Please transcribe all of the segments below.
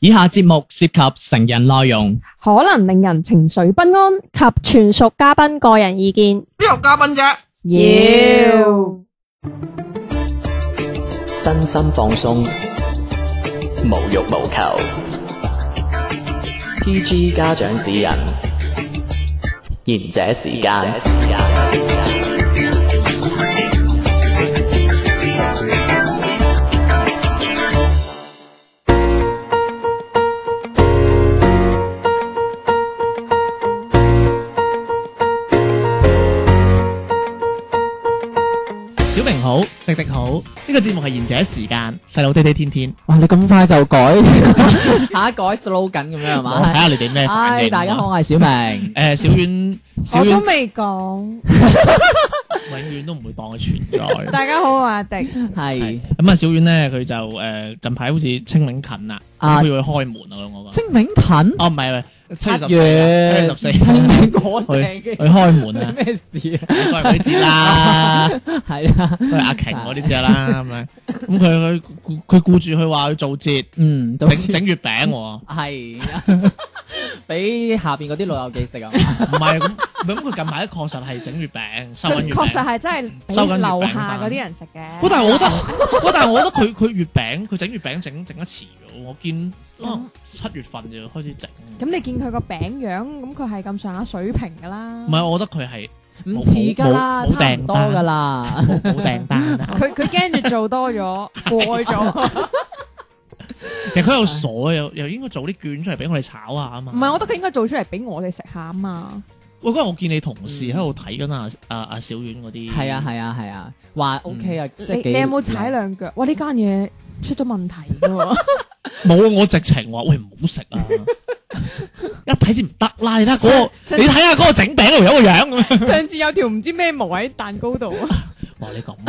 以下節目涉及成人內容，可能令人情緒不安。及全屬嘉賓個人意見。邊有嘉賓啫？身心放鬆，無欲無求。PG 家長指引，賢者時間。小明好，迪迪好，呢、個節目係賢者時間，細佬爹爹天天，哇！你咁快 就改下一改 slogan 咁樣我睇係嘛？下你哋咩反唉，應。大家好，，我 係小明。誒小遠，小我都遠未講，永遠都唔會當佢存在。大家好，我阿 迪。係係咁啊，小遠咧佢就誒近排好似清明近啦，啊咁佢會開門啊，我講。清明近哦，唔係唔係，七月十四啊，七月月十四，清明 嗰佢時佢開門啊， 咩事啊？應該係鬼節啦。 係啊，都係阿瓊嗰啲啫啦，咁樣咁佢佢佢顧住佢話佢做節嗯，到整時整月餅喎，係啊，俾下邊嗰啲老友 記食啊！唔係咁咁佢近排確實係整月餅收緊佢月確實餅。係真係俾收緊月餅樓下嗰啲人食嘅喂，。但係我覺得，喂，但係我覺得佢佢月餅佢整月餅整整得遲咗，我見可能七月份就開始整。咁你見佢個餅樣，咁佢係咁上下水平㗎啦。唔係，我覺得佢係唔似㗎啦，冇冇冇差唔多㗎啦。冇冇訂單啊，佢佢驚住做 多咗，過咗。其實佢又傻又又應該做啲券出嚟俾我哋炒下啊嘛。唔係，我覺得佢應該做出嚟俾我哋食下啊嘛。喂，嗰日我見你同事喺度睇緊啊啊啊小丸嗰啲，係啊，係啊，係啊，話 OK 啊，即你係幾你有冇踩兩腳？哇！呢間嘢出咗問題喎。冇啊！我直情話喂唔好食 啊！一睇先唔得啦！你睇下嗰個，上你睇下嗰個整餅嗰條友個樣 咁樣。上次有條唔知咩毛喺蛋糕度，哇！你咁唔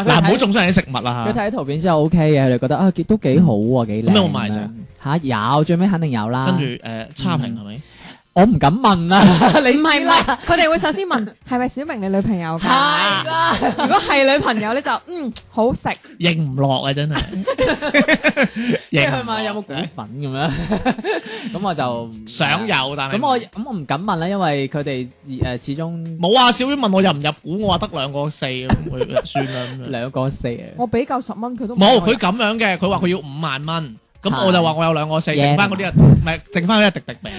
係佢嗱，唔睇好中傷你食物啦佢睇圖片之後 OK 嘅，佢哋覺得啊幾都幾好喎，幾靚。咁有冇賣相嚇有，最尾肯定有啦。跟住誒差評係咪？我唔敢 問啦，你唔係知唔啦，係，佢哋會首先問 係咪小明你女朋友係㗎？啦，如果係女朋友咧，就嗯好食。認唔落啊！真係認唔落即係佢問有冇股份咁樣， 咁我就唔想有，但係啊咁我咁我唔敢問啦，因為佢哋誒始終冇啊！小丸問我入唔入股，我話得兩個四咁，佢算啦咁 樣。兩個四啊，我俾夠十蚊佢都冇愛佢咁樣嘅，佢話佢要五萬蚊，咁係我就話我有兩個四，贏剩翻嗰啲啊，唔係剩翻嗰啲啊滴滴俾，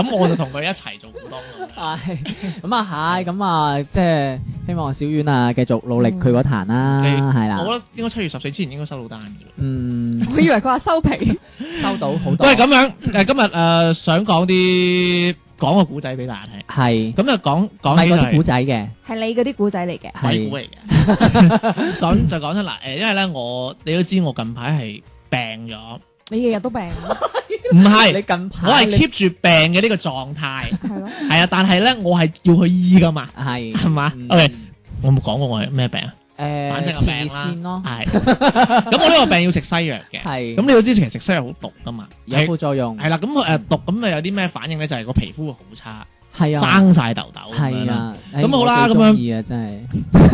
咁我就同佢一齊做股東咁樣。係咁啊係，咁啊即係希望小婉啊繼續努力佢嗰壇啦，係啦，我覺得應該七月十四之前應該收到單嘅。嗯我以為佢話收皮，收到好多，喂，咁樣誒，今日誒想講啲講個古仔俾大家聽。係咁就講唔講係起嗰啲就古係仔嘅， 係你嗰啲古仔嚟嘅。鬼係故嚟嘅。 講就講出嗱誒，因為咧我你都知我近排係 病咗，你日日都病，唔你係近我係排你 keep 住病嘅呢個狀態，係咯。係啊，但係咧我係要去醫噶嘛，係係嘛嗯？OK，我冇講過我係咩病啊？反正誒個前列病啦腺咯，，係。咁我呢個病要食西 藥嘅，係咁你都知其實食西藥好毒噶嘛，有副作用，係啦，咁誒毒咁咪有啲咩反應咧？就係個皮膚會好差。係啊。生晒痘痘咁樣係啦，啊，咁好啦我最咁樣中意啊，真係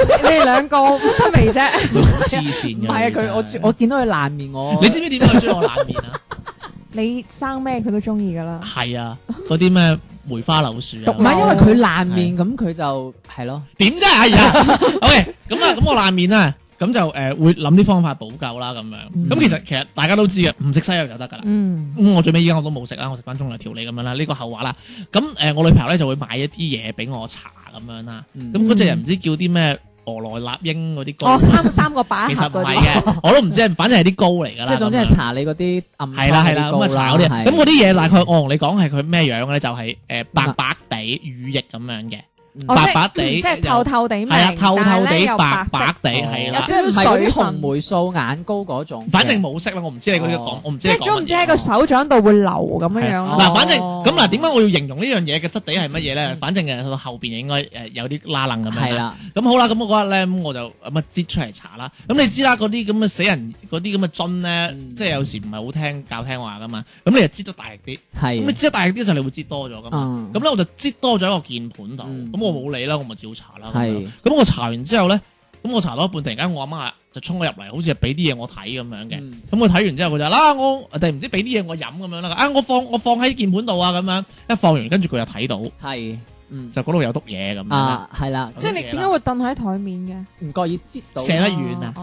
你哋兩個得未啫？佢好黐線唔嘅。係啊！佢我其實追我見到佢爛面，我你知唔知點解佢追我冷面啊？ 你生咩佢都中意噶啦。係啊，嗰啲咩梅花柳樹唔啊，係因為佢爛面，咁佢就係咯，點啫？係啊，OK，咁啊，咁我冷面啦，咁就誒會諗啲方法補救啦，咁樣。咁其實其實大家都知嘅，唔食西藥就得㗎啦。嗯，咁我最尾依家我都冇食啦，我食翻中藥調理咁樣啦，呢個後話啦。咁誒，我女朋友咧就會買一啲嘢俾我搽咁樣啦。嗯咁嗰只人唔知叫啲咩俄羅納英嗰啲膏哦，，三三個把其盒實唔嗰係啲，嘅，我都唔知係，反正係啲膏嚟㗎啦。即係總之咁樣係查你嗰啲暗瘡係啦係啦，咁嗰啊啲炒膏啲，啦咁嗰啲嘢大概我同你講係佢咩樣嘅咧，就係誒白白地乳液咁樣嘅，哦白白地即係又透透地明，係啊透但透係咧地又白白白色，哦地係係啦啦，即係唔係嗰啲紅有莓素眼膏嗰種嘅，反正冇色啦，我唔知你嗰啲講哦，我唔即知你係講總乜唔知喺嘢。個手掌度會流咁樣樣係咯。嗱，反正哦嗯咁嗱，點解我要形容呢樣嘢嘅質地係乜嘢咧？反正誒到後邊應該誒有啲拉楞咁樣。係。啦，咁好啦，咁我嗰日咧，咁我就咁啊擠出嚟查啦。咁你知啦，嗰啲咁嘅死人嗰啲咁嘅樽咧，嗯即係有時唔係好聽教聽話噶嘛。咁你就擠得大力啲，咁你係擠得大力啲就你會擠多咗噶嘛。嗯咁咧我就擠多咗一個鍵盤度，嗯咁我冇理啦，我咪照查啦。咁樣係咁我查完之後咧，咁我查到一半，突然間我阿媽就衝咗入嚟，好似係俾啲嘢我睇咁樣嘅。嗯咁佢睇完之後，佢就啦、我我定唔知俾啲嘢我飲咁樣啦。啊，我放我放喺鍵盤度啊，咁樣一放完，跟住佢又睇到，係，嗯，就嗰度有篤嘢咁樣啦。啊，係啦，即係你點解會凳喺台面唔覺意擠到，射得遠 啊！哦，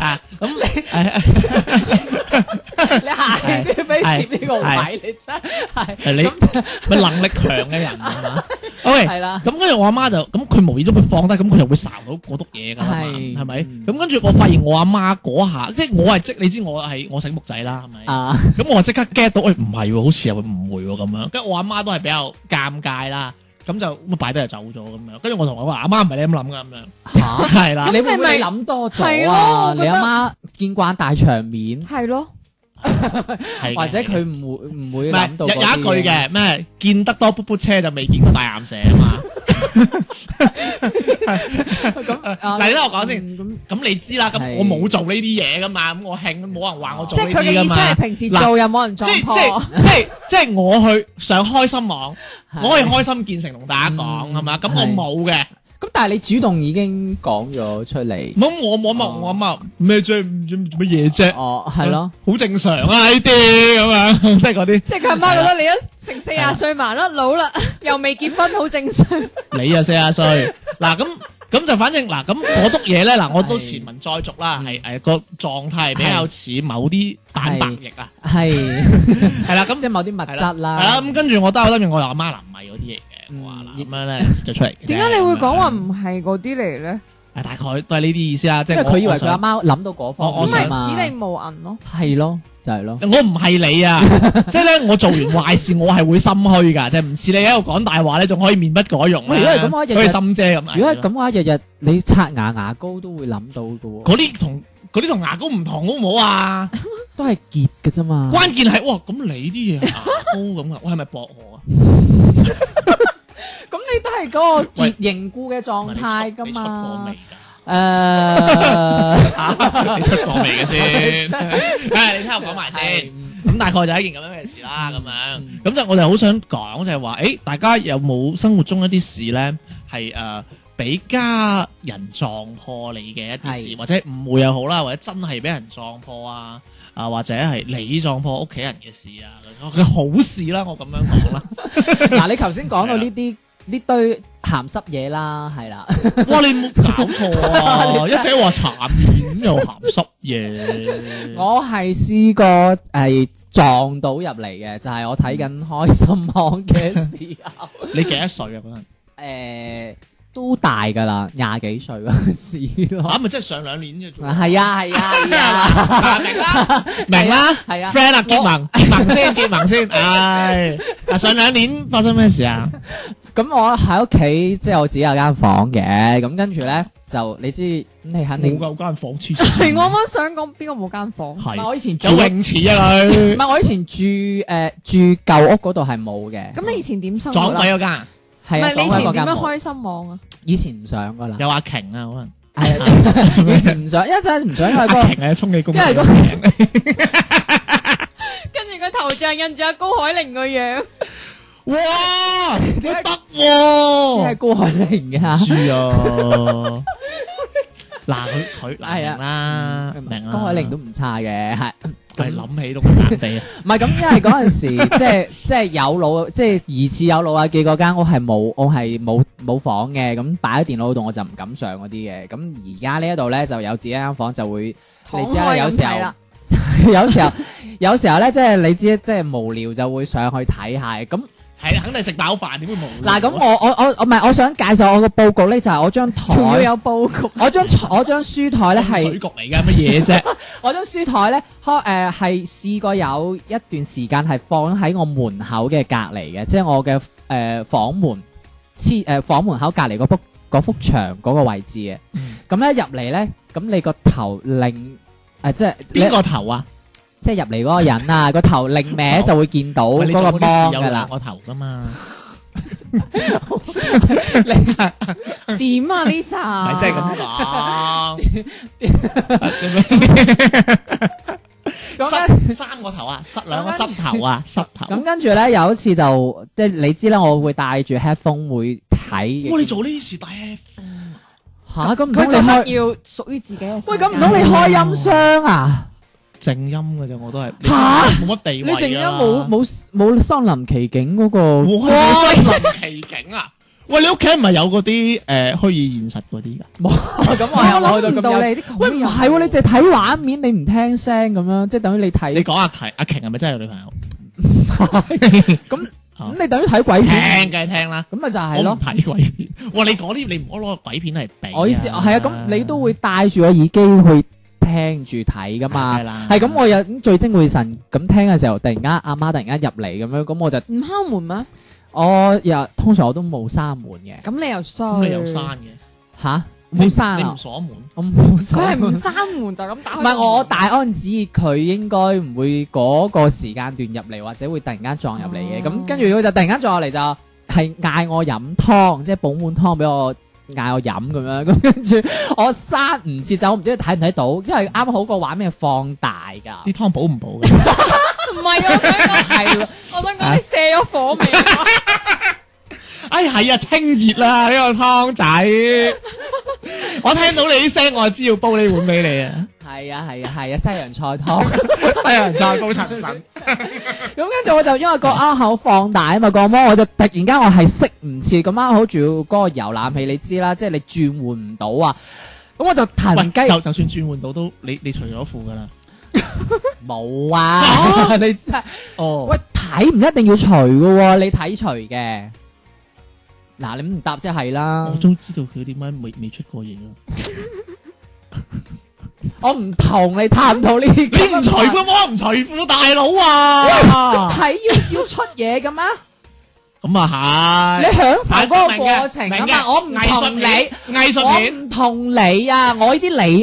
啊，咁 哎你下次俾係接呢個係位，你真係哎係你咪能力強嘅人啊 嘛。OK，係啦，咁跟住我阿媽就咁，佢無意中佢放低，咁佢就會睄到嗰篤嘢㗎啦嘛，係係咪？嗯咁跟住我發現我阿媽嗰下，即係我係即你知我係我醒目仔啦，係咪？啊，咁我即刻 get 到，喂唔係喎，好似有誤會喎咁樣。跟住我阿媽都係比較尷尬啦，咁就咁擺低就走咗咁樣。跟住我同我話阿媽唔係你咁諗㗎咁樣，嚇， 係 啦你會唔你咪會諗多係咗咯啊？我覺你得阿媽見慣大場面，係咯，係嘅或者係佢唔會唔會嘅諗唔到係有有嗰啲一句嘢，嘅咩？見得多卜卜車就未見過大岩蛇啊嘛。咁 啊嗱，你等我講先。嗯咁咁你知啦，咁係我冇做呢啲嘢噶嘛，咁我興冇人話我即做呢係佢嘅啲噶意思嘛。係平時嗱做又冇人即撞係破即，係即係即係我去上開心網，係我可以開心見誠同大家講嗯係嘛？咁我係冇嘅，咁但係你主動已經講咗出嚟，咁我冇冇哦我冇咩啫？唔做做乜嘢啫？哦，係咯，好正常啊 呢啲咁樣，即係嗰啲即係佢阿媽覺得你都成四廿歲埋啦， 老啦，又未結婚，好 正常。你啊四啊歲嗱咁。咁就反正嗱，咁嗰篤嘢咧，嗱我都係前文再續啦，嗯係誒個狀態係比較似某啲蛋白液啊，係係啦，咁即係某啲物質啦，係啦，咁跟住我兜兜面，我又阿媽嗱唔係嗰啲嘢嘅，我話嗯嗱咁樣咧就出嚟嘅啫。點解你會講話咁樣？唔係嗰啲嚟咧？誒啊大概都係呢啲意思啦，即因係為我佢以為我佢阿想媽諗到嗰方我咁面咪想嘛此地無銀咯。係咯，就係咯，我唔係你 啊，即係咧我做完壞事我係會心虛㗎，即係唔似你喺度講大話咧，仲可以面不改容啦。喂如果係咁我一日好似心姐咁啊。如果係咁嘅話，日日你刷牙牙膏都會諗到嘅喎，嗰啲同嗰啲同牙膏唔同好唔好 啊？都係結嘅啫嘛。關鍵係哇，咁你啲嘢係牙膏咁啊，我係咪薄荷啊？咁你都係嗰個喂結凝固嘅狀態噶嘛你？誒， 出過未㗎？啊你出過未嘅先？誒，你聽我講埋先係。嗯咁大概就係一件咁樣嘅事啦，咁樣嗯咁就我哋好想講就係話，誒，大家有冇生活中一啲事咧係誒俾家人撞破你嘅一啲事，係或者誤會又好啦，或者真係俾人撞破啊，啊或者係你撞破屋企人嘅事啊，嘅好事啦，我咁樣講啦。 嗱，你頭先講到呢啲呢堆鹹濕嘢啦，係啦，哇，你冇搞錯 啊！一直話殘片又鹹濕嘢， 我係試過係撞到入嚟嘅，就係我睇緊開心網嘅時候，你幾多歲啊？嗰陣誒都大㗎啦，廿幾歲嗰 陣時啊，咯，咪真係上兩年嘅 啫喎。係啊係啊係啊，啊明啦，明啦。係啊。 friend 啊，結盟結盟先，結盟先，唉，啊上兩年發生咩事啊？咁我喺屋企，即係我自己有間房嘅，咁跟住咧就你知，咁你肯定唔夠間房黐係線我啱啱想講邊個冇間房？係係我以前住，有唔泳池啊佢，係我以前住誒住舊屋嗰度係冇嘅，咁你以前點生活撞啊鬼嗰間唔係啊係你以撞開前嗰間點樣冇開心網啊？以前唔想噶啦，有阿瓊啊， 係啊以前唔想，一陣唔想，因可能為嗰個阿瓊係充氣公因為仔嗰。跟住個頭像印住阿高海寧個樣，哇，你得因為喎，高海寧㗎，知啊。嗱佢佢嗱係啊明啦，Ừ, 明啦，高海寧都唔差嘅，係係諗起都咁淡地啊，唔係咁？因為嗰陣時 即係即係有腦，即係疑似有腦啊！記嗰間屋係冇，我係冇冇房嘅，咁擺喺電腦度我就唔敢上嗰啲嘅。咁而家呢一度咧就有自己間房，就會你知啦，有時候 有時候有時候咧，即係你知即係無聊就會上去睇下嘅。咁係肯定食飽飯點會冇？啊嗱，咁我我我我唔係我想介紹我個佈局咧，就係我張台，仲要有佈局， 我張我張書 台咧係水係局嚟㗎，乜嘢啫？我張書台咧開誒係試過有一段時間係放喺我門口嘅隔離嘅，即係我嘅誒、呃房門黐誒、呃房門口隔離嗰幅嗰幅牆嗰個位置嘅。嗯咁咧入嚟咧，咁你個頭擰誒、呃即係你邊個頭啊？即係入嚟嗰個人啊，個頭擰歪就會見到喂嗰你做個嗰啲芒事有㗎啦兩。個頭㗎嘛。點啊呢唔扎？ 係真係咁講，咁咁樣三個頭啊，失兩個咁膝頭啊，膝頭。咁跟住咧有一次就即係你知啦，我會戴住 headphone 會睇嘅。哇！你做呢啲事戴 headphone，吓咁唔佢覺通你得開要屬於自己嘅世界。喂咁唔通 你開音箱啊？靜音嘅啫，我都係吓冇乜地你位靜音啊冇冇冇身臨其境嗰個哇！你身臨其境啊！喂，你屋企唔係有嗰啲誒虛擬現實嗰啲㗎？冇咁我我諗又冇唔到到咁你有。啲咁喂，唔係喎，你淨係睇畫面，你唔聽聲咁樣，即係等於你你睇講阿瓊，阿瓊係咪真係有女朋友？咁啊咁，你等於睇鬼聽片，梗係聽啦，咁咪就我係唔咯。睇鬼片。哇！你講啲你唔好攞個鬼片嚟比啊。我意思係啊，咁你都會戴住個耳機去聽住睇噶嘛係。啦，係咁，我有咁聚精會神咁聽嘅時候，突然間阿媽突然間入嚟咁樣，咁我就唔敲門咩？我又通常我都冇閂門嘅咁你又衰。咁你又閂嘅，吓，你冇閂你啊唔，鎖門。我冇閂。佢係唔閂門就咁打開。唔係我大安旨意，佢應該唔會嗰個時間段入嚟，或者會突然間撞入嚟嘅。咁、哦跟住佢就突然間撞入嚟就係嗌我飲湯，即係補碗湯俾我嗌我飲咁樣。咁跟住 我閂唔切走，我唔知佢睇唔睇到，因為啱好個畫面係放大啲。㗎湯補唔補嘅？唔係我想講，係咯，我想講你卸咗火未？哎，係啊，清熱啦呢個湯仔。我聽到你啲聲，我就知要煲呢碗俾你啊！係啊，係啊，係啊，西洋菜湯。 西洋菜煲陳腎，咁跟住我就因為個啱口放大啊嘛，個芒我就突然間我係識唔切，咁啱好仲要嗰個遊覽器你知啦，即係你轉換唔到啊。咁我就喂，騰 雞就就算轉換到都，你你除咗褲㗎啦。冇啊！ 你真係哦喂睇唔一定要除嘅喎，你睇除嘅。嗱，你唔答即係啦我，都知道佢點解未未出啊過嘢啦。我唔同你探討呢啲。你唔除咁褲，我唔除褲，大佬啊！ 睇要要出嘢嘅咩？咁 啊你係，享受嗰個過程明嘅啊明嘅嘛，我唔同你。藝術我片唔同你啊，我呢啲李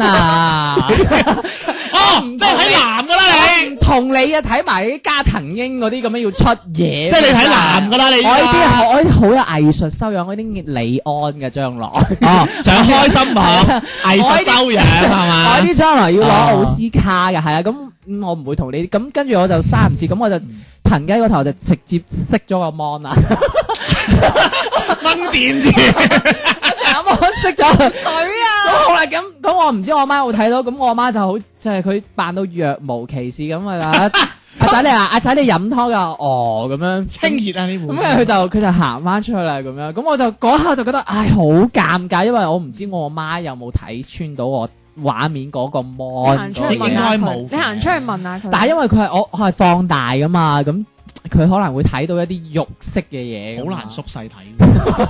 啊，哦，即係睇男噶啦我你唔，同你啊，睇埋啲加藤英嗰啲咁樣要出嘢，即係你睇男噶啦你我依家。呢啲我呢啲好有藝術修養，我呢啲李安嘅將來，哦，想開心 下，藝術修養係 我呢嘛？啲將來要攞奧斯卡嘅，係啊，咁嗯我唔會同你咁，跟住我就三唔切，咁我就騰雞個頭就直接熄咗個 mon 啦，掹電住，成個 mon 熄咗佢。水啊！咁好啦，咁咁我唔知我媽有冇睇到，咁我媽就好，就係佢扮到若無其事咁啊！ 阿阿仔你啊，阿仔你飲湯噶，哦咁樣清熱啊呢咁部。跟住佢就佢就行翻出去啦，咁樣咁我就嗰刻就覺得唉好尷尬，因為我唔知我媽有冇睇穿到我畫面嗰個你行 mon 出去嗰個問應該嘢下冇佢，你行出去問下佢。但係因為佢係我我係放大噶嘛，咁佢可能會睇到一啲肉色嘅嘢㗎好嘛，難縮細睇，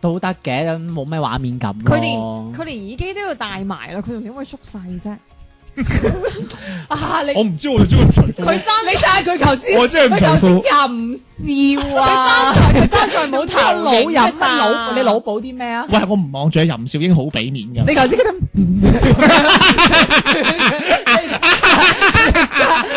都得嘅，咁冇咩畫面感佢連咯佢連耳機都要戴埋啦，佢仲點會縮細啫？啊你我唔知我哋中意除佢褲，爭你睇下佢頭先，我真係唔佢頭重先任笑啊！佢爭在冇頭老腦飲飲乜老？你老補啲咩啊？喂，我唔望住任少英好俾面㗎。你頭先嗰啲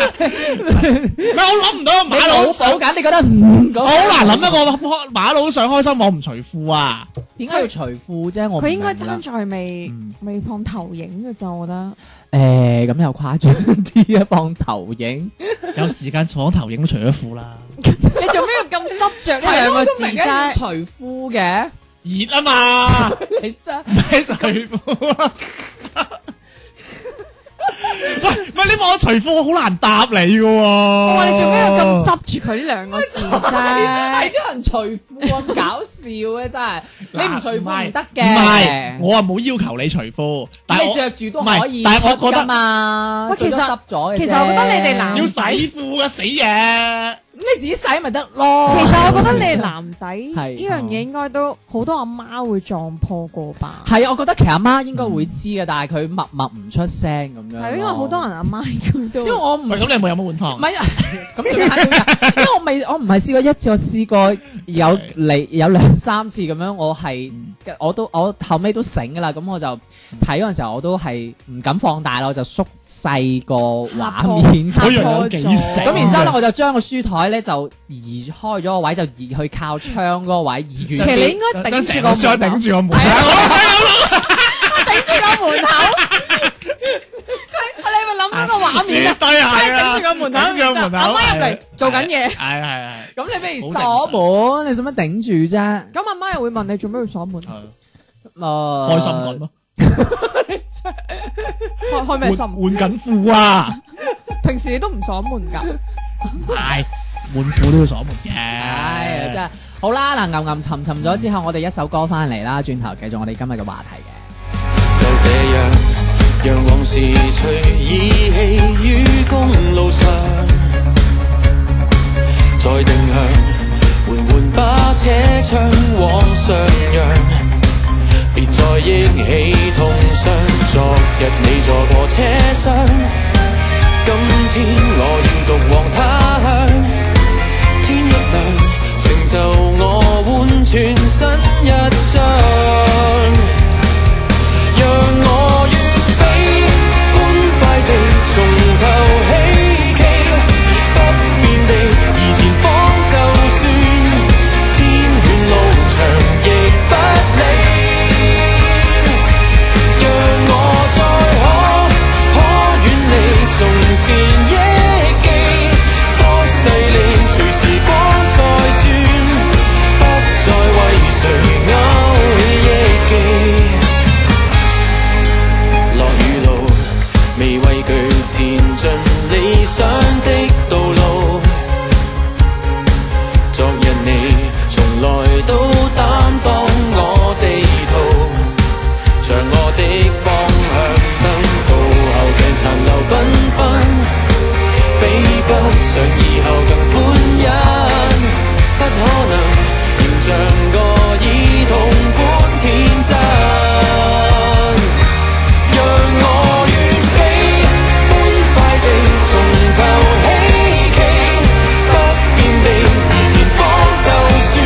唔係我諗唔到你馬老佬上補緊，你覺得嗯我嗰好難諗一個馬馬佬上開心我唔除褲啊！點解要除褲啫？我佢應該爭真在未嗯未放投影嘅咋，我覺得。誒咁又誇張啲啊！放投影有時間坐投影都除咗褲啦，你做咩要咁執着呢係兩我個都字明解啫？除褲嘅，熱啊嘛，你真唔係除褲啊！喂，唔係你望我除褲，我好難答你噶喎。我我話你做咩要咁執住佢呢兩個字 係啫？啲人除褲咁搞笑嘅真係，你唔除褲唔得唔係，嘅。我啊冇要求你除褲，但係你我着住都唔係可以，但係我覺得嘛，喂其實最多濕咗嘅啫其實我覺得你哋男要洗褲噶死嘢。你自己洗咪得咯。其實我覺得你哋男仔呢係樣嘢應該都好多阿媽會撞破過吧？係啊，我覺得其實阿媽應該會知嘅，但係佢默默唔出聲咁樣。係因為好多，人阿媽應該都因為我唔喂，咁你有冇飲碗唔湯？係啊 咁仲慳啲㗎因為我未我唔係試過一次，我試過有係嚟有兩三次咁樣，我係嗯我都我後尾都醒㗎啦，咁我就睇嗰陣時候我都係唔敢放大啦，我就縮細個畫面。我以為有幾醒。咁然之後咧，我就將個書台咧就移開咗個位，就移去靠窗嗰個位，移其遠實啲你應該頂住個將成個箱門頂口，住個 門。頂住個 門口。你咪 諗緊個畫面啊絕！對係頂啊！住個門口頂住個門口阿媽入嚟係做緊嘢係係係係。咁你不如好鎖門，你使乜頂住啫？咁阿媽又會問你做咩要鎖門啊？係唔誒開心緊咯，開開咩換心？換緊褲啊，平時你都唔鎖門㗎，係換褲都要鎖門嘅，唉，真係好啦，嗱，吟吟沉沉咗之後，我哋一首歌翻嚟啦，轉頭繼續我哋今日嘅話題嘅。就這樣，讓往事隨意棄於公路上，再定向，緩緩把車窗往上揚，別再憶起痛傷。昨日你坐過車廂，今天我要獨往他鄉。天一亮，成就我換全新一章。讓我願比歡快地從頭起騎，不變地而前方就算天遠路長亦不理。讓我再可可遠離從前憶記，多勢利隨時光再轉，不再為誰勾起憶記。落雨路，未畏懼前進理想的道路。昨日你從來都擔當我地圖，像我的方向燈，倒後鏡殘留繽紛，比不上以後更歡欣。不可能，仍像個兒童般天真。讓我願比歡快地從頭起騎，不變地而前方就算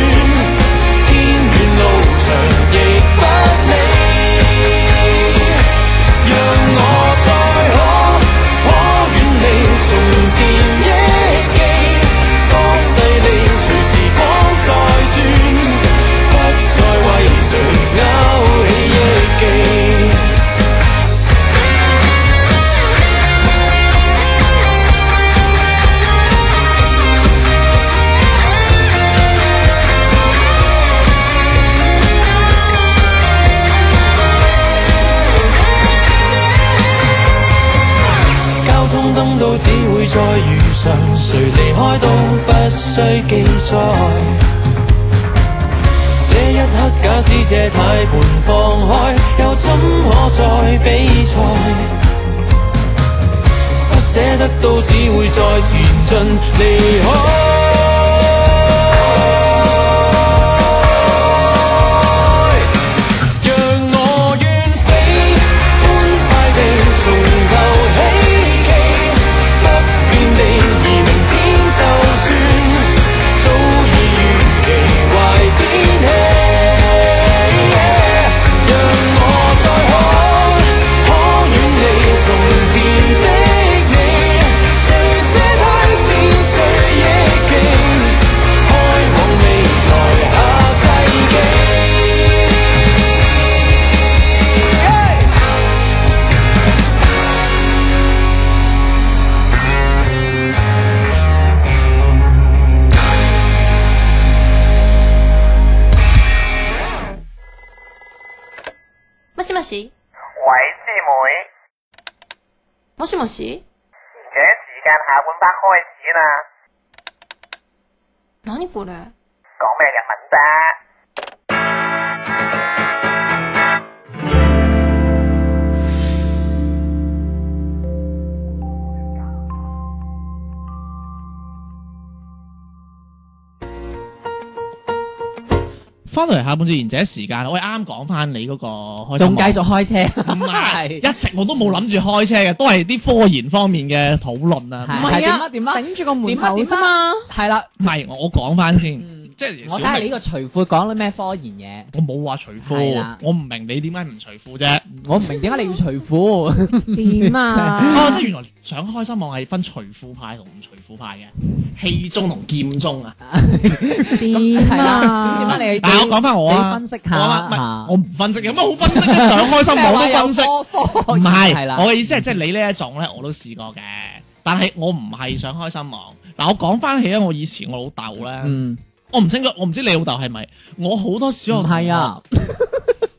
天遠路長亦不理。讓我再可可遠離從前憶記，多勢利隨時光再轉，不再為誰勾起憶記。交通燈都只會再遇上，誰離開都不需記載。這一刻，假使這軚盤放開，又怎可再比賽？不捨得都只會再前進，離開。讓我願飛，歡快地從頭起騎，不變地而明天就算早已預期壞天氣。讓我再可可遠離從前的你，隨這太自誰憶記，開往未來下世紀。もしもし喂，師妹，もしもし而且時間下半 part 開始啦，何これ講咩日文啫？翻到嚟下半節賢者時間啦，我哋啱講翻你嗰個開心仲網繼續開 車，唔係，一直我都冇諗住開車嘅，都係啲科研方面嘅討論啊。係係點啊啊點啊，頂住個門點啊口點啫啊嘛。係啦，唔係，我講翻先嗯，即係我睇小下明你個除褲講啲咩科研我冇話除係褲啦，我唔明你點解唔除褲啫。嘢，我唔明點解你要除 褲，點 啊？哦，即係原來上開心網係分除褲派同唔除褲派嘅，氣中同劍中啊。 點係啦，咁啊？點解你？但係我講翻我啊，你分析下我啊唔係嚇我唔分析，有乜好分析咧？上開心網即係話都有分 析。科科唔係啦係，我嘅意思係即係你呢一種咧，我都試過嘅，但係我唔係想開心網。嗱，我講翻起啊咧，我以前我老豆咧，嗯，我唔清楚，我唔知你老豆係咪，我好多小唔學同學係，啊，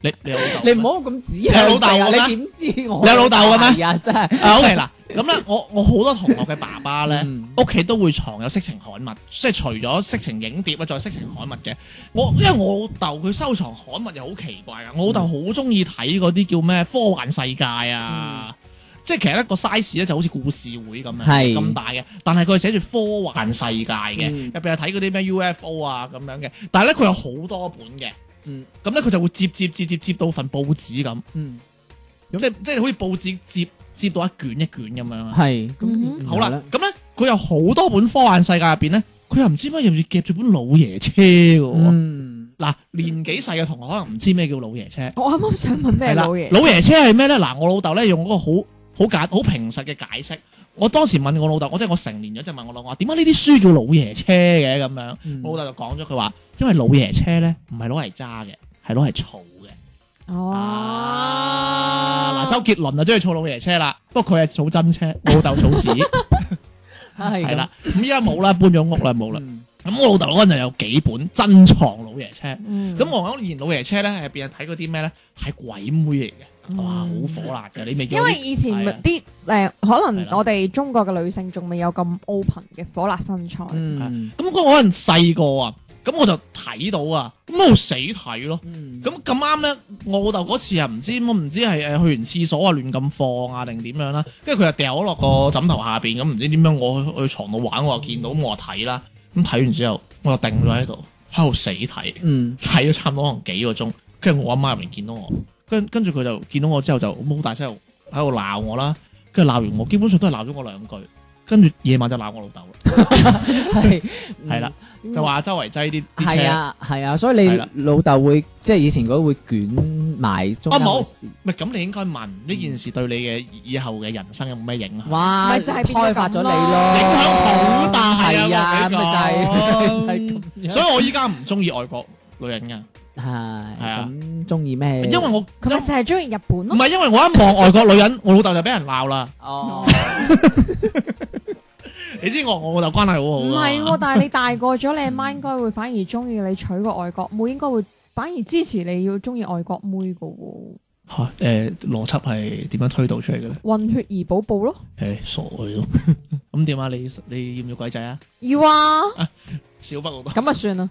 你你老豆，你唔好咁指你老豆啊！嘅咩你點知我？你有老豆嘅咩係啊，真係啊 OK 嗱，咁咧我我好多同學嘅爸爸咧嗯，屋企都會藏有色情刊物，即係除咗色情影碟啊，仲有色情刊物嘅。我因為我老豆佢收藏刊物又好奇怪噶，我老豆好中意睇嗰啲叫咩科幻世界啊。即係其實一個 size 啊咧就好似故事會咁樣嗯係咁大嘅，但係佢係寫住科幻世界嘅，嗯入邊係睇嗰啲咩 UFO 啊咁樣嘅，但係咧佢有好多本嘅，嗯咁咧佢就會接接接接接到份報紙咁，嗯即係即係好似報紙接接到一卷一卷咁樣啊。係嗯咁好啦，咁咧佢有好多本科幻世界入邊咧，佢又唔知乜嘢要夾住本老爺車嘅喎。嗯嗱、年紀細嘅同學可能唔知咩叫老爺車。我啱啱想問咩係啦老爺？老爺車係咩咧？嗱，我老豆咧用嗰個好好簡好平實嘅解釋。我當時問我老豆，我即係我成年咗就問我老豆，我話點解呢啲書叫老爺車嘅咁樣？嗯我老豆就講咗佢話，因為老爺車咧唔係攞嚟揸嘅，係攞嚟儲嘅。哦啊！嗱，周杰倫啊，中意儲老爺車啦，不過佢係儲 真車，我老豆儲紙，係係啦。咁依家冇啦，搬咗屋啦，冇咁啦。嗯咁我老豆嗰陣有幾本珍藏老爺車，咁、嗯我講以前老爺車咧，入邊係睇嗰啲咩咧，睇鬼妹嚟嘅，哇，好火辣嘅，你未見因過啲？為以前係啊啲誒，可係能啦我哋中國嘅女性仲未有咁 open 嘅火辣身材。嗯咁嗰嗰陣細個啊，咁我就睇到啊，咁我死睇咯。嗯咁咁啱咧，我老豆嗰次啊，唔知我唔知係誒去完廁所啊亂咁放啊定點樣啦，跟住佢就掉咗落個枕頭下邊，咁唔知點樣我去我去床度玩，我又見到，咁我就睇啦，咁睇完之後我就定咗喺度，喺度死睇，嗯睇咗差唔多可能幾個鐘，跟住我阿媽入嚟見到我，跟跟住佢就見到我之後就咁好大聲喺度鬧我啦，跟住鬧完我基本上都係鬧咗我兩句，跟住夜晚就鬧我老豆啦，係係啦，就話周圍擠啲啲嗯係車。啊係啊，所以係啦你老豆會即係以前嗰會捲埋中間啊冇嗰時唔係咁，你應該問呢件事對你嘅以後嘅人生有冇咩影響？哇，咪就係變咗開發咗你咯，影響好大啊係啊，我同咪就你講係咪就係咁樣所以我依家唔中意外國女人噶，係係啊咁中意咩？因為我佢咪就係中意日本唔咯。係因為我一望外國女人，我老豆就俾人鬧啦。哦，你知我我老豆關係好唔好啊係 喎，但係你大個咗，你阿媽應該會反而中意你娶個外國妹，應該會反而支持你要中意外國妹噶喎。嚇誒邏輯係點樣推導出嚟嘅咧？混血兒寶寶咯，誒傻嘅咯。咁點啊？你你要唔要鬼仔啊？要 啊，少不好多，咁啊算啦。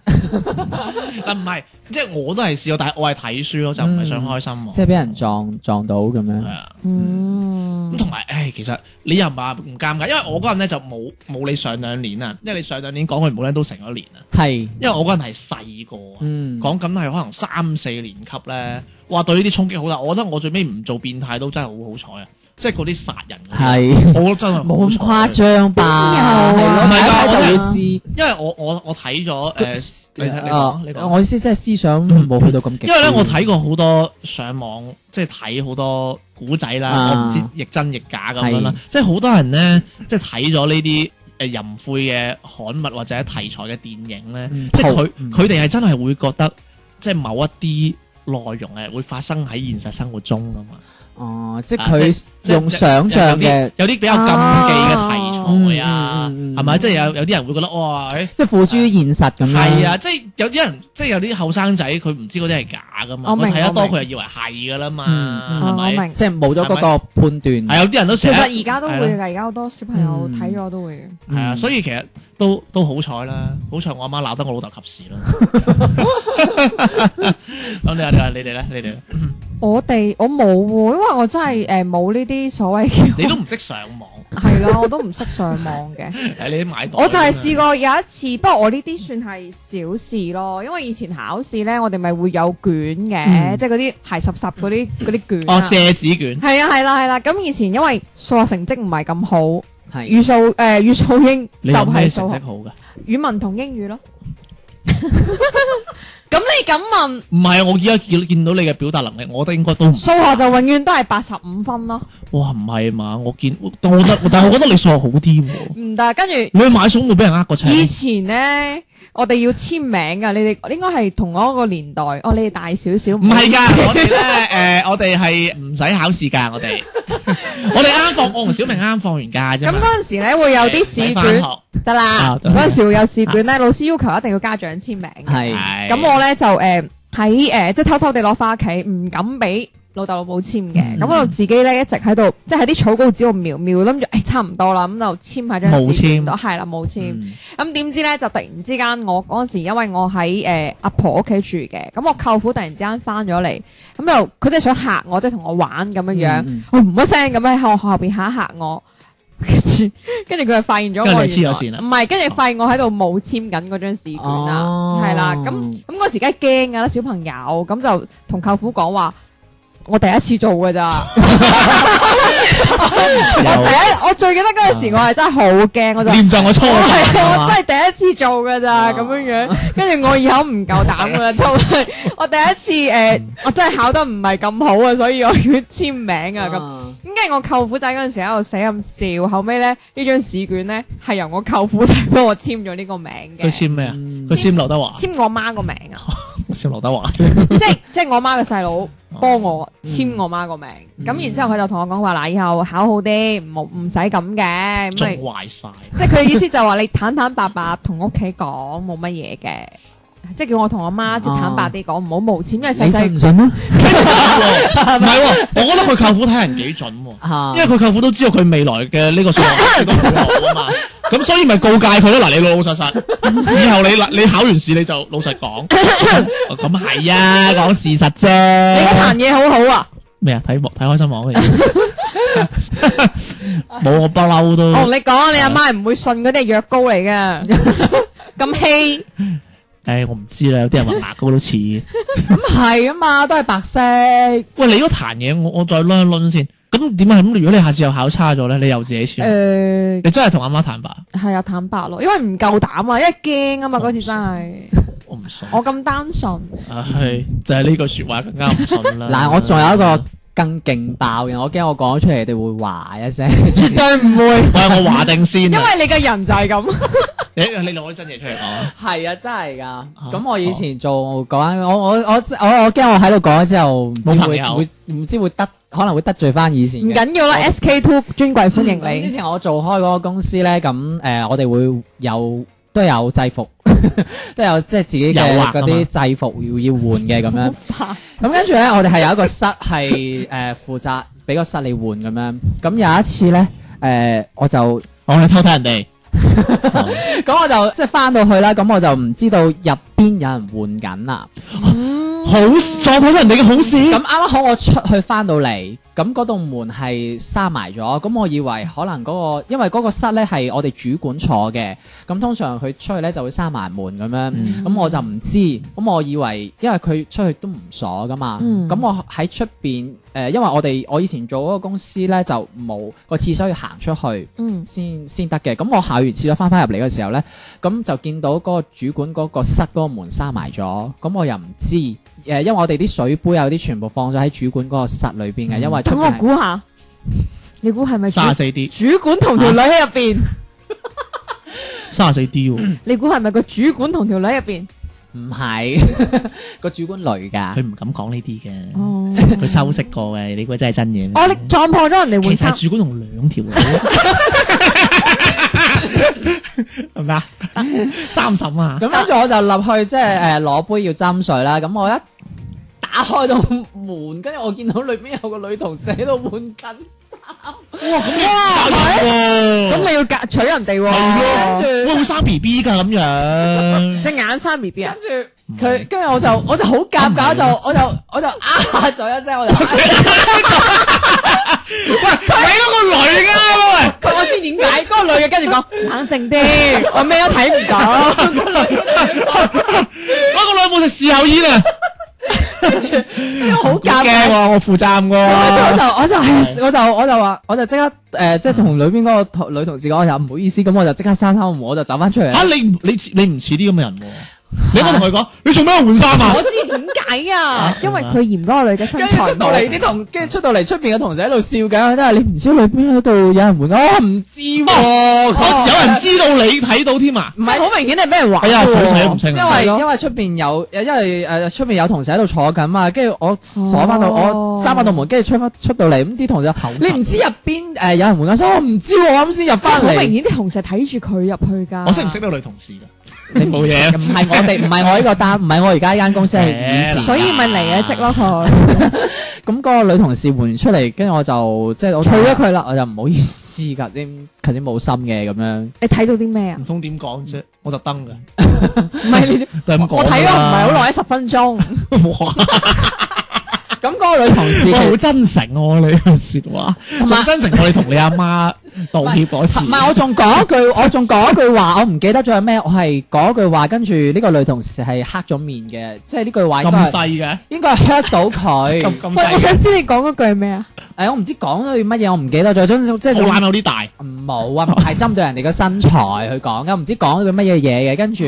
但唔係，即係我都係試過，但係我係睇書咯，就唔係想開心喎。嗯即係俾人撞撞到咁樣係，啊。嗯咁，同埋，唉，其實你又唔話唔尷尬，因為我嗰陣咧就冇冇你上兩年啊，因為你上兩年講佢唔好咧都成咗年啊，係，因為我嗰陣係細個啊，嗯，講緊係可能三四年級咧，哇對呢啲衝擊好大，我覺得我最尾唔做變態都真係好好彩啊，即係嗰啲殺人嗰啲，啊係我真係冇咁好彩誇，張吧？邊有係啊咯，唔係㗎睇我睇真就會知。因為我我我睇咗呃誒，你睇你啊講你講，我意思即係思想冇去到咁極因端。為咧我睇過好多上網，即係睇好多古仔啦，啊我唔知亦真亦假咁樣啦，即係好多人咧，即係睇咗呢啲。誒淫秽嘅刊物或者題材嘅電影咧，嗯即係佢嗯佢哋係真係會覺得，即係某一啲內容係會發生喺現實生活中噶嘛，哦，即係啊即係佢用想像有啲嘅，有啲比較禁忌嘅題材啊，啊嗯嗯嗯嗯係咪？即係有有啲人會覺得哇，誒即係付諸現實咁樣。係啊，即係有啲人，即係有啲後生仔，佢唔知嗰啲係假噶嘛，我佢明睇得多我明佢就以為係噶啦嗯嘛，哦係我咪？明。即係冇咗嗰個判斷。係有啲人都其成日實而家都會係㗎，而家好多小朋友睇咗都會嘅。係啊，嗯所以其實都都好彩啦，好彩我阿媽鬧得我老豆及時 啦。咁你話你話你哋咧，你哋呢我哋我冇喎，因為我真係誒冇呢啲所謂嘅，你都唔識上網，係 啦，我都唔識上網嘅。係你啲買我就係試過有一次，不過我呢啲算係小事咯，因為以前考試咧，我哋咪會有卷嘅，即係嗰啲鞋十十嗰啲嗰啲卷啊。嗯哦借紙卷，係啊係啦係啦，咁以前因為數學成績唔係咁好，係語數誒語數英就你有咩係成數績學、好嘅？語文同英 語咯。咁你咁問唔係啊，我而家見見到你嘅表達能力，我覺得應該都唔數學就永遠都係八十五分咯，哇唔係嘛？我見但我覺得，但係我覺得你數學好啲喎。唔得，嗯跟住。你去買餸會俾人呃過以錢，前咧，我哋要簽名噶，你哋應該係同我一個年代，哦，你哋大少少，唔係㗎，我哋咧誒，我哋係唔使考試㗎，我哋我哋啱放，我同小明啱放完假啫咁嘛。嗰阵时咧會有啲喺試返卷學得啦啊，得啦嗰阵时会有試卷咧，老師要求一定要家長簽名嘅。係係咁我咧就诶喺诶，即係偷偷地攞翻屋企，唔敢俾老豆老母簽嗯嘅。咁我自己咧一直喺度，即係喺啲草稿紙度描描，諗住誒哎差唔多啦，咁就簽喺張冇試卷簽度，係啦冇簽。嗯咁點知咧就突然之間，我嗰陣時因為我喺誒阿婆屋企住嘅，咁我舅父突然之間翻咗嚟，咁就佢真係想嚇我，即係同我玩咁樣樣，嗯我唔一聲咁樣喺我後邊嚇一嚇我， 跟住跟住佢就發現咗跟住我你黐咗原來線啦啊唔係，跟住發現我喺度冇簽緊嗰張試卷啊哦，係啦，咁咁嗰時梗係驚㗎啦，小朋友，咁就同舅父講話。我第一次做㗎咋， 我第一我最記得嗰陣時，我係真係好驚，我就念就我初 係啊我中，真係第一次做噶咋咁樣樣，跟住我以後唔夠膽 噶啦，就係我第一次誒，我真係考得唔係咁好啊，所以我要簽名啊咁。咁跟住我舅父仔嗰陣時喺度寫咁笑，後尾咧呢張試卷咧係由我舅父仔幫我簽咗呢個名佢嘅，簽咩啊？嗯佢簽劉德華，簽我媽個名啊， 簽劉德華。即係即係我媽個細佬幫哦我嗯簽我媽個名，咁然之後佢就同我講話嗱，以後考好啲，唔好唔使咁嘅，咁仲咪壞晒，即係佢嘅意思就話你坦坦白白同屋企講冇乜嘢嘅，即係叫我同我媽即係坦白啲講，唔好冇錢，因為細啊你信唔細信啊？唔係喎，我覺得佢舅父睇人幾準喎，啊因為佢舅父都知道佢未來嘅呢個數 學都好好啊嘛，咁所以咪告戒佢咯。嗱，你老老 實實，以後你嗱你考完試你就老實講，哦咁係啊，講事實你嗰啫。壇嘢好好啊，咩啊？睇網睇開心網嘅 嘢，冇我不嬲都我。嗯哦同哦你講，你阿媽唔會信嗰啲係藥膏嚟 嘅，咁稀唉，我唔知啦，有啲人話牙膏都似。咁系啊嘛，都系白色。喂，你嗰壇嘢，我我再攆一攆先。咁點啊？咁如果你下次又考差咗咧，你又自己簽？呃誒你真係同阿媽坦白？係啊坦白咯，因為唔夠膽啊，因為驚啊嘛嗰次真係，我唔信。我咁單純，唉，就係呢句説話更加唔信啦。 嗱，我仲有一個更勁爆嘅，我驚我講咗出嚟，你哋會話一 聲。絕對唔會，喂，我話定先因啊。為你嘅人就係咁。你你攞啲真嘢出嚟講。係啊，真係㗎。咁我以前做講緊，我我我我我驚我喺度講咗之後，唔知冇朋會友會唔知會得，可能會得罪翻以前唔嘅。緊要啦，SK Two 專櫃歡迎咁之你。前我做開嗰個公司咧，咁誒我哋會有都有制服， 都有即係自己誘惑嘅啊嗰啲制服要要換嘅咁樣。咁跟住咧，我哋係有一個室係誒負責俾個室你換咁樣。咁有一次咧，誒我就。我係偷睇人哋。咁我就即係翻到去啦，咁我就唔知道入邊有人換緊啦。好撞到人哋嘅好事。咁啱啱好我出去翻到嚟，咁嗰棟門係閂埋咗，咁我以為可能嗰、個，因為嗰個室咧係我哋主管坐嘅，咁通常佢出去咧就會閂埋門咁樣，咁、我就唔知，咁我以為因為佢出去都唔鎖噶嘛，嗯咁、我喺出邊誒，因為我哋我以前做嗰個公司咧就冇個廁所要行出去。嗯先先得嘅。咁我下完廁所翻返入嚟嘅時候咧，咁就見到嗰個主管嗰個室嗰個門閂埋咗，咁我又唔知誒，因為我哋啲水杯有啲全部放咗喺主管嗰個室裏邊嘅，因為出等我邊係估下，你估係咪主三十四 D，主管同條女喺入邊？三十四 D 喎，你估係咪個主管同條女入邊？唔係個主管女佢㗎。唔敢講呢啲嘅，哦，佢修飾過嘅，你估真係真嘢咩？哦，你撞破咗人哋換其衫實，主管同兩條啊女，係咪啊？三嬸啊，咁跟住我就入去即係誒攞杯要斟水啦，咁我一打開到門，跟住我見到裏邊有個女同事喺度換緊。咁咁你要隔娶人哋係喎，會會哦生 B B 㗎咁樣。隻眼生 B B 啊跟！住佢，跟住我就我就好尷尬，我就我就我就啊咗一聲，我就喂，睇到個女㗎佢我知點解嗰個女嘅跟住講冷靜啲，我咩都睇 唔到。喂，我個女冇食事後煙啊，好尷驚尬。喎，我負責我喎。就我就我就我就話我就即刻誒，即係同裏邊嗰個同女同事講，我就哎唔好意思，咁我就即刻閂閂門，我就走翻出嚟啊，啦。你唔你似你唔似啲咁嘅人喎，你應該同佢講，你做咩換衫啊我？知點解啊，因為佢嫌嗰個女嘅身跟住材出到 嚟啲同，跟住出到嚟出邊嘅同事喺度笑緊，佢都話你唔知裏邊喺度有人換，我話唔知喎。我有哦人知道你睇到添啊？唔係好明顯係俾人玩哎呀，喎水洗都唔清因啊！為係咯因為出邊有，因為誒出邊有同事喺度坐緊嘛，跟住我鎖翻到哦我閂翻道門，跟住出翻出到嚟，咁啲同事話你唔知入邊誒有人換緊，所以我唔知喎我啱先入好翻嚟明，顯啲同事睇住佢入去㗎。我識唔識呢個女同事㗎？你冇嘢唔係我我哋唔係我呢個單，唔係我而家呢間公司係以前。所以咪離咗職咯 佢。咁嗰個女同事換出嚟，跟住我就即係我取咗佢啦，我就唔好意思㗎，先頭先冇心嘅咁樣。你睇到啲咩啊唔？通點講啫？我特登嘅，唔係 你，就係咁講我睇咗唔係好耐，十分鐘。好耐。咁嗰個女同事其哇，實好真誠啊喎你嘅説話，同仲埋真誠我哋同你阿媽道歉嗰次。唔係，我仲講一句，我仲講一句話，我唔記得咗係咩，我係講一句話，跟住呢個女同事係黑咗面嘅，即係呢句話應該咁係細嘅，應該係 hurt 到 佢。咁咁喂，我細想知你講嗰句係咩啊？誒，我唔知講咗句乜嘢，我唔記得咗，總之即係嘅，總好懶有啲大。冇啊，唔係針對人哋嘅身材去講嘅，唔知講咗句乜嘢嘢嘅，跟住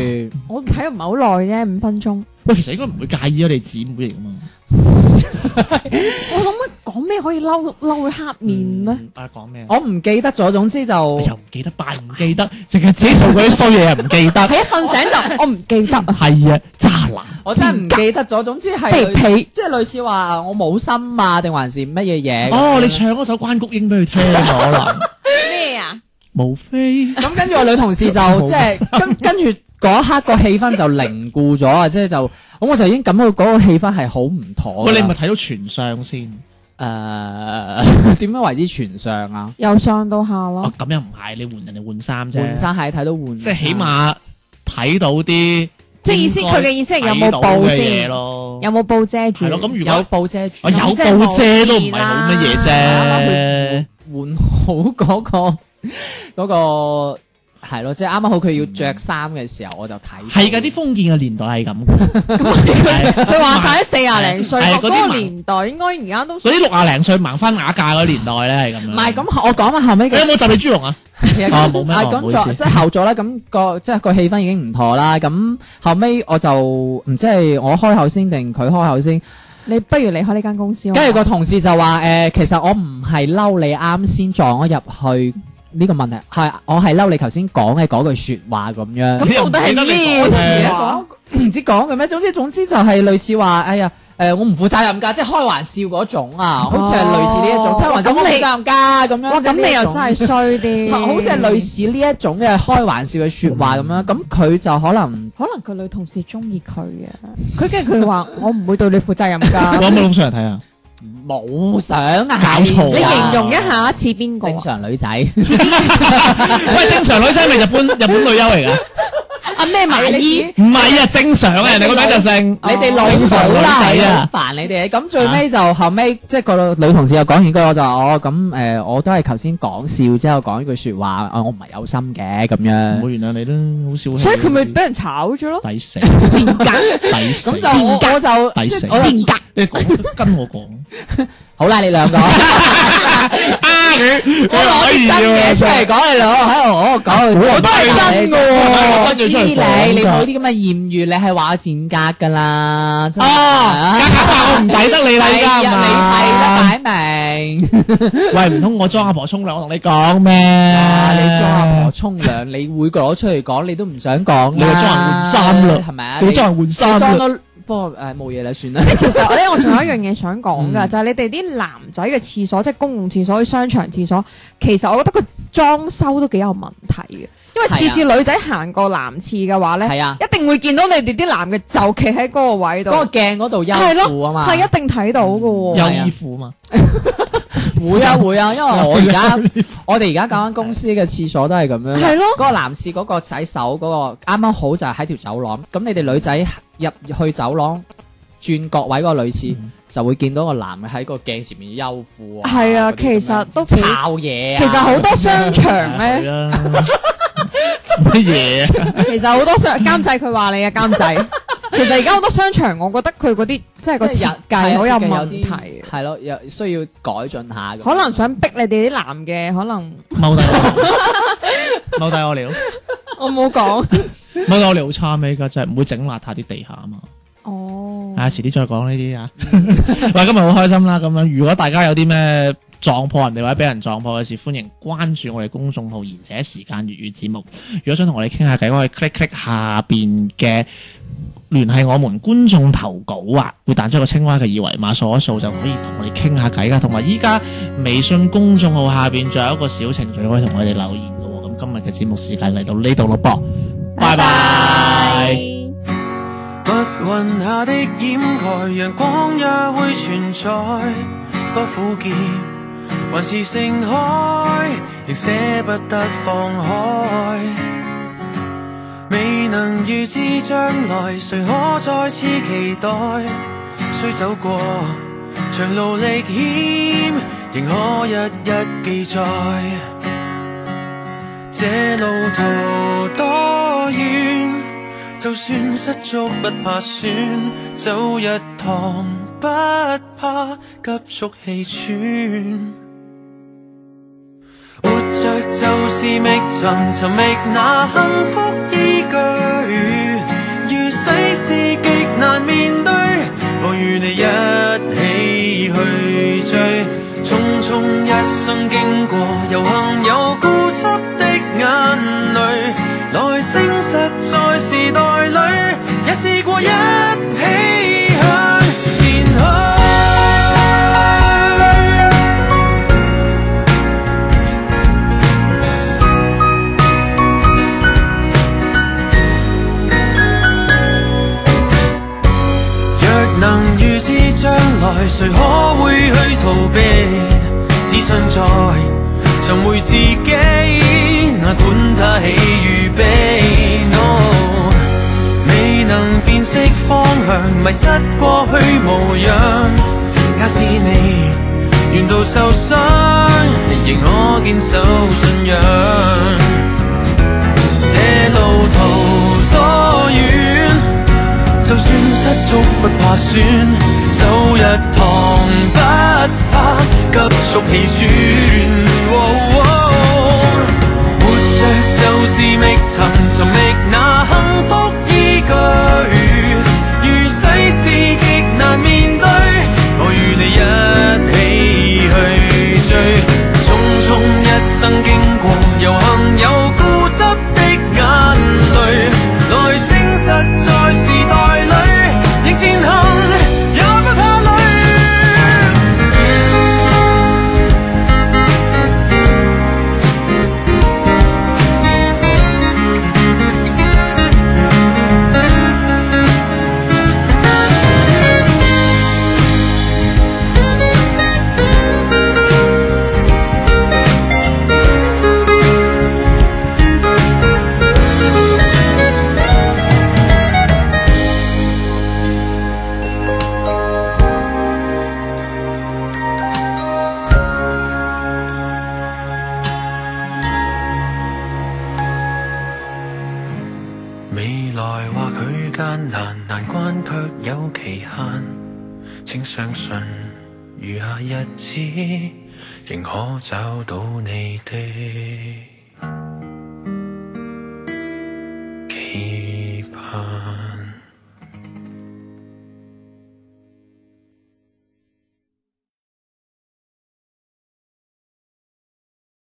我睇咗唔係好耐啫，五分鐘。喂，其實應該唔會介意啊，你姊妹嚟噶嘛？我諗乜講咩可以嬲嬲佢黑面咧？嗯？啊，講咩啊？我唔記得咗，總之就我又唔記得，扮唔記得，淨係自己做嗰啲衰嘢又唔 記得。一瞓 醒就我唔記得啊。係啊，渣男。我真係唔記得咗，總之係卑鄙類即係類似話我冇心啊，定還是乜嘢嘢？哦，你唱嗰首關谷英俾佢聽可能，咩啊？無非咁跟住我女同事就 即冇係跟跟住嗰一刻個氣氛就凝固咗啊！即係就咁我就已經感覺到嗰個氣氛係好唔妥啦。喂，你咪睇到全相先。誒 點樣為之全相啊？由上到下咯哦，。咁又唔係，你換人哋換衫啫。換衫係睇到換衫，即係起碼睇到啲，即係意思，應該佢嘅意思係有睇到冇報嘅嘢先？咯。有冇報遮住？係咯，咁如有果布遮住我。有即係冇報遮都唔係好乜嘢啫啱啱。換好嗰、個嗰、個係咯，即係啱啱好佢要着衫嘅時候，我就睇到。係㗎，啲封建嘅年代係咁㗎。佢話晒四廿零歲，係我嗰啲嗰個盲年代應該而家都嗰啲六廿零歲盲翻瓦架嗰年代咧係咁樣。唔係，咁，我講翻後尾你有嘅冇集你豬籠啊？其實啊冇咩啊哦唔咁好意就思即係後咗啦，咁個即係個氣氛已經唔妥啦。咁後尾我就唔知係我開口先定佢開口先，你不如離開呢間公司好唔好。跟住個同事就話誒、其實我唔係嬲你啱先撞咗入去呢個問題，係我係嬲你頭先講嘅嗰句説話咁樣。咁到底係咩我事知啊啊？講唔知講嘅咩？總之總之就係類似話，哎呀，誒、我唔負責任㗎，即係開玩笑嗰種啊，好似係類似呢一種，即係話咁我唔你負責任㗎咁樣。哇，即係咁呢你一又種真係衰 啲。好似係類似呢一種嘅開玩笑嘅説話咁樣，咁佢就可能可能佢女同事中意佢啊，佢跟住佢話我唔會對你負責任㗎。我 有冇攞上嚟睇啊？冇想啊，搞錯你形容一下似邊個正啊？常女仔，喂，正常女仔咪日本日本女優嚟㗎？啊咩麻衣？唔係啊，正常啊，人哋個名就姓。你哋老正母常女啦，仔啊，好煩你哋。咁最尾就後尾，即係個女同事又講完句，我就話哦咁誒，我都係頭先講笑之後講呢句説話，啊我唔係有心嘅咁唔樣。會原諒你啦，好少。所以佢咪俾人炒咗咯？抵死，賤格，抵死。咁就我我就抵即死係我就格，你講跟我講。好啦，你兩個。啊！佢我攞啲真嘢出嚟講你兩個喺度我講，我都係真嘅喎我知你，你冇啲咁嘅豔遇，你係話我賤格㗎啦，真係 À, 哦，格格話我唔抵得你啦，依係家啊係你係嘛啦，擺明喂，唔通我裝阿婆沖涼，我同你講咩？À. 啊！你裝阿婆沖涼，你會攞出嚟講，你都唔想講你又裝人換衫啦係咪啊？你裝人換衫裝啦，到，不過誒冇嘢啦，算啦。其實咧，我仲有一樣嘢想講㗎，就係你哋啲男仔嘅廁所，即係公共廁所、商場廁所，其實我覺得個裝修都幾有問題嘅，因為係啊次次女仔行過男廁嘅話咧，係啊，一定會見到你哋啲男嘅就企喺嗰個位度，嗰個鏡嗰度優係酷咯，啊嘛，係一定睇到嘅喎。有有衣服嘛？會啊會啊，因為我而家我哋而家嗰間公司嘅廁所都係咁樣。係咯嗰個男士嗰個洗手嗰、個啱啱好就係喺條走廊，咁你哋女仔入去走廊轉角位嗰個女士、就會見到個男嘅喺個鏡前面優褲啊。係啊，嗰啲其咁樣實都幾，抄嘢啊。其實好多商場 咧，啦，乜嘢啊？其實好多商監製佢話你啊監製， 其實而家好多商場，我覺得佢嗰啲即係個即係設人計好有係啊問設計題啲，係咯，有需要改進下咁。可能想逼你哋啲男嘅，可能踎低我，踎低我了，我冇 講。踎低我哋好差咩？依家真係唔會整邋遢啲地下啊嘛。哦，啊，遲啲再講呢啲啊。 喂，今日好開心啦！咁啊樣，如果大家有啲咩撞破人哋或者俾人撞破嘅事，歡迎關注我哋公眾號《賢者時間粵語節目》。如果想同我哋傾下偈，可以 click click 下邊嘅聯繫我們觀眾投稿啊，會彈出一個青蛙嘅二維碼，掃一掃就可以同我哋傾下偈噶。同埋依家微信公眾號下邊仲有一個小程序可以同我哋留言嘅喎。咁今日嘅節目時間嚟到呢度咯噃，拜拜。拜拜。密云下的掩盖，阳光也會存在。多苦澀，還是盛開，仍捨不得放開。未能預知將來，誰可再次期待？雖走過長路歷險，仍可一一記載。這路途多遠？就算失足不怕損，走一趟不怕急速氣喘。活着就是覓尋，尋覓那幸福依據。如世事極難面對，我與你一起去追。匆匆一生經過，有幸有固執的眼淚，來證實在時代裏也試過一起向前去。若能預知將來，誰可會去逃避？只信在尋回自己，哪管他喜與悲。No，未能辨識方向，迷失過去模樣。假使你沿途受傷，仍可堅守信仰。這路途多遠？就算失足不怕損，走一趟不怕急速氣喘。哦哦活着就是覓尋，尋覓那幸福依據。如世事極難面對，我與你一起去追。匆匆一生經過，有幸有固執的眼淚。來證實在時代裏，亦前行，也不怕累。未來或許艱難，難關卻有期限。請相信，餘下日子仍可找到你的。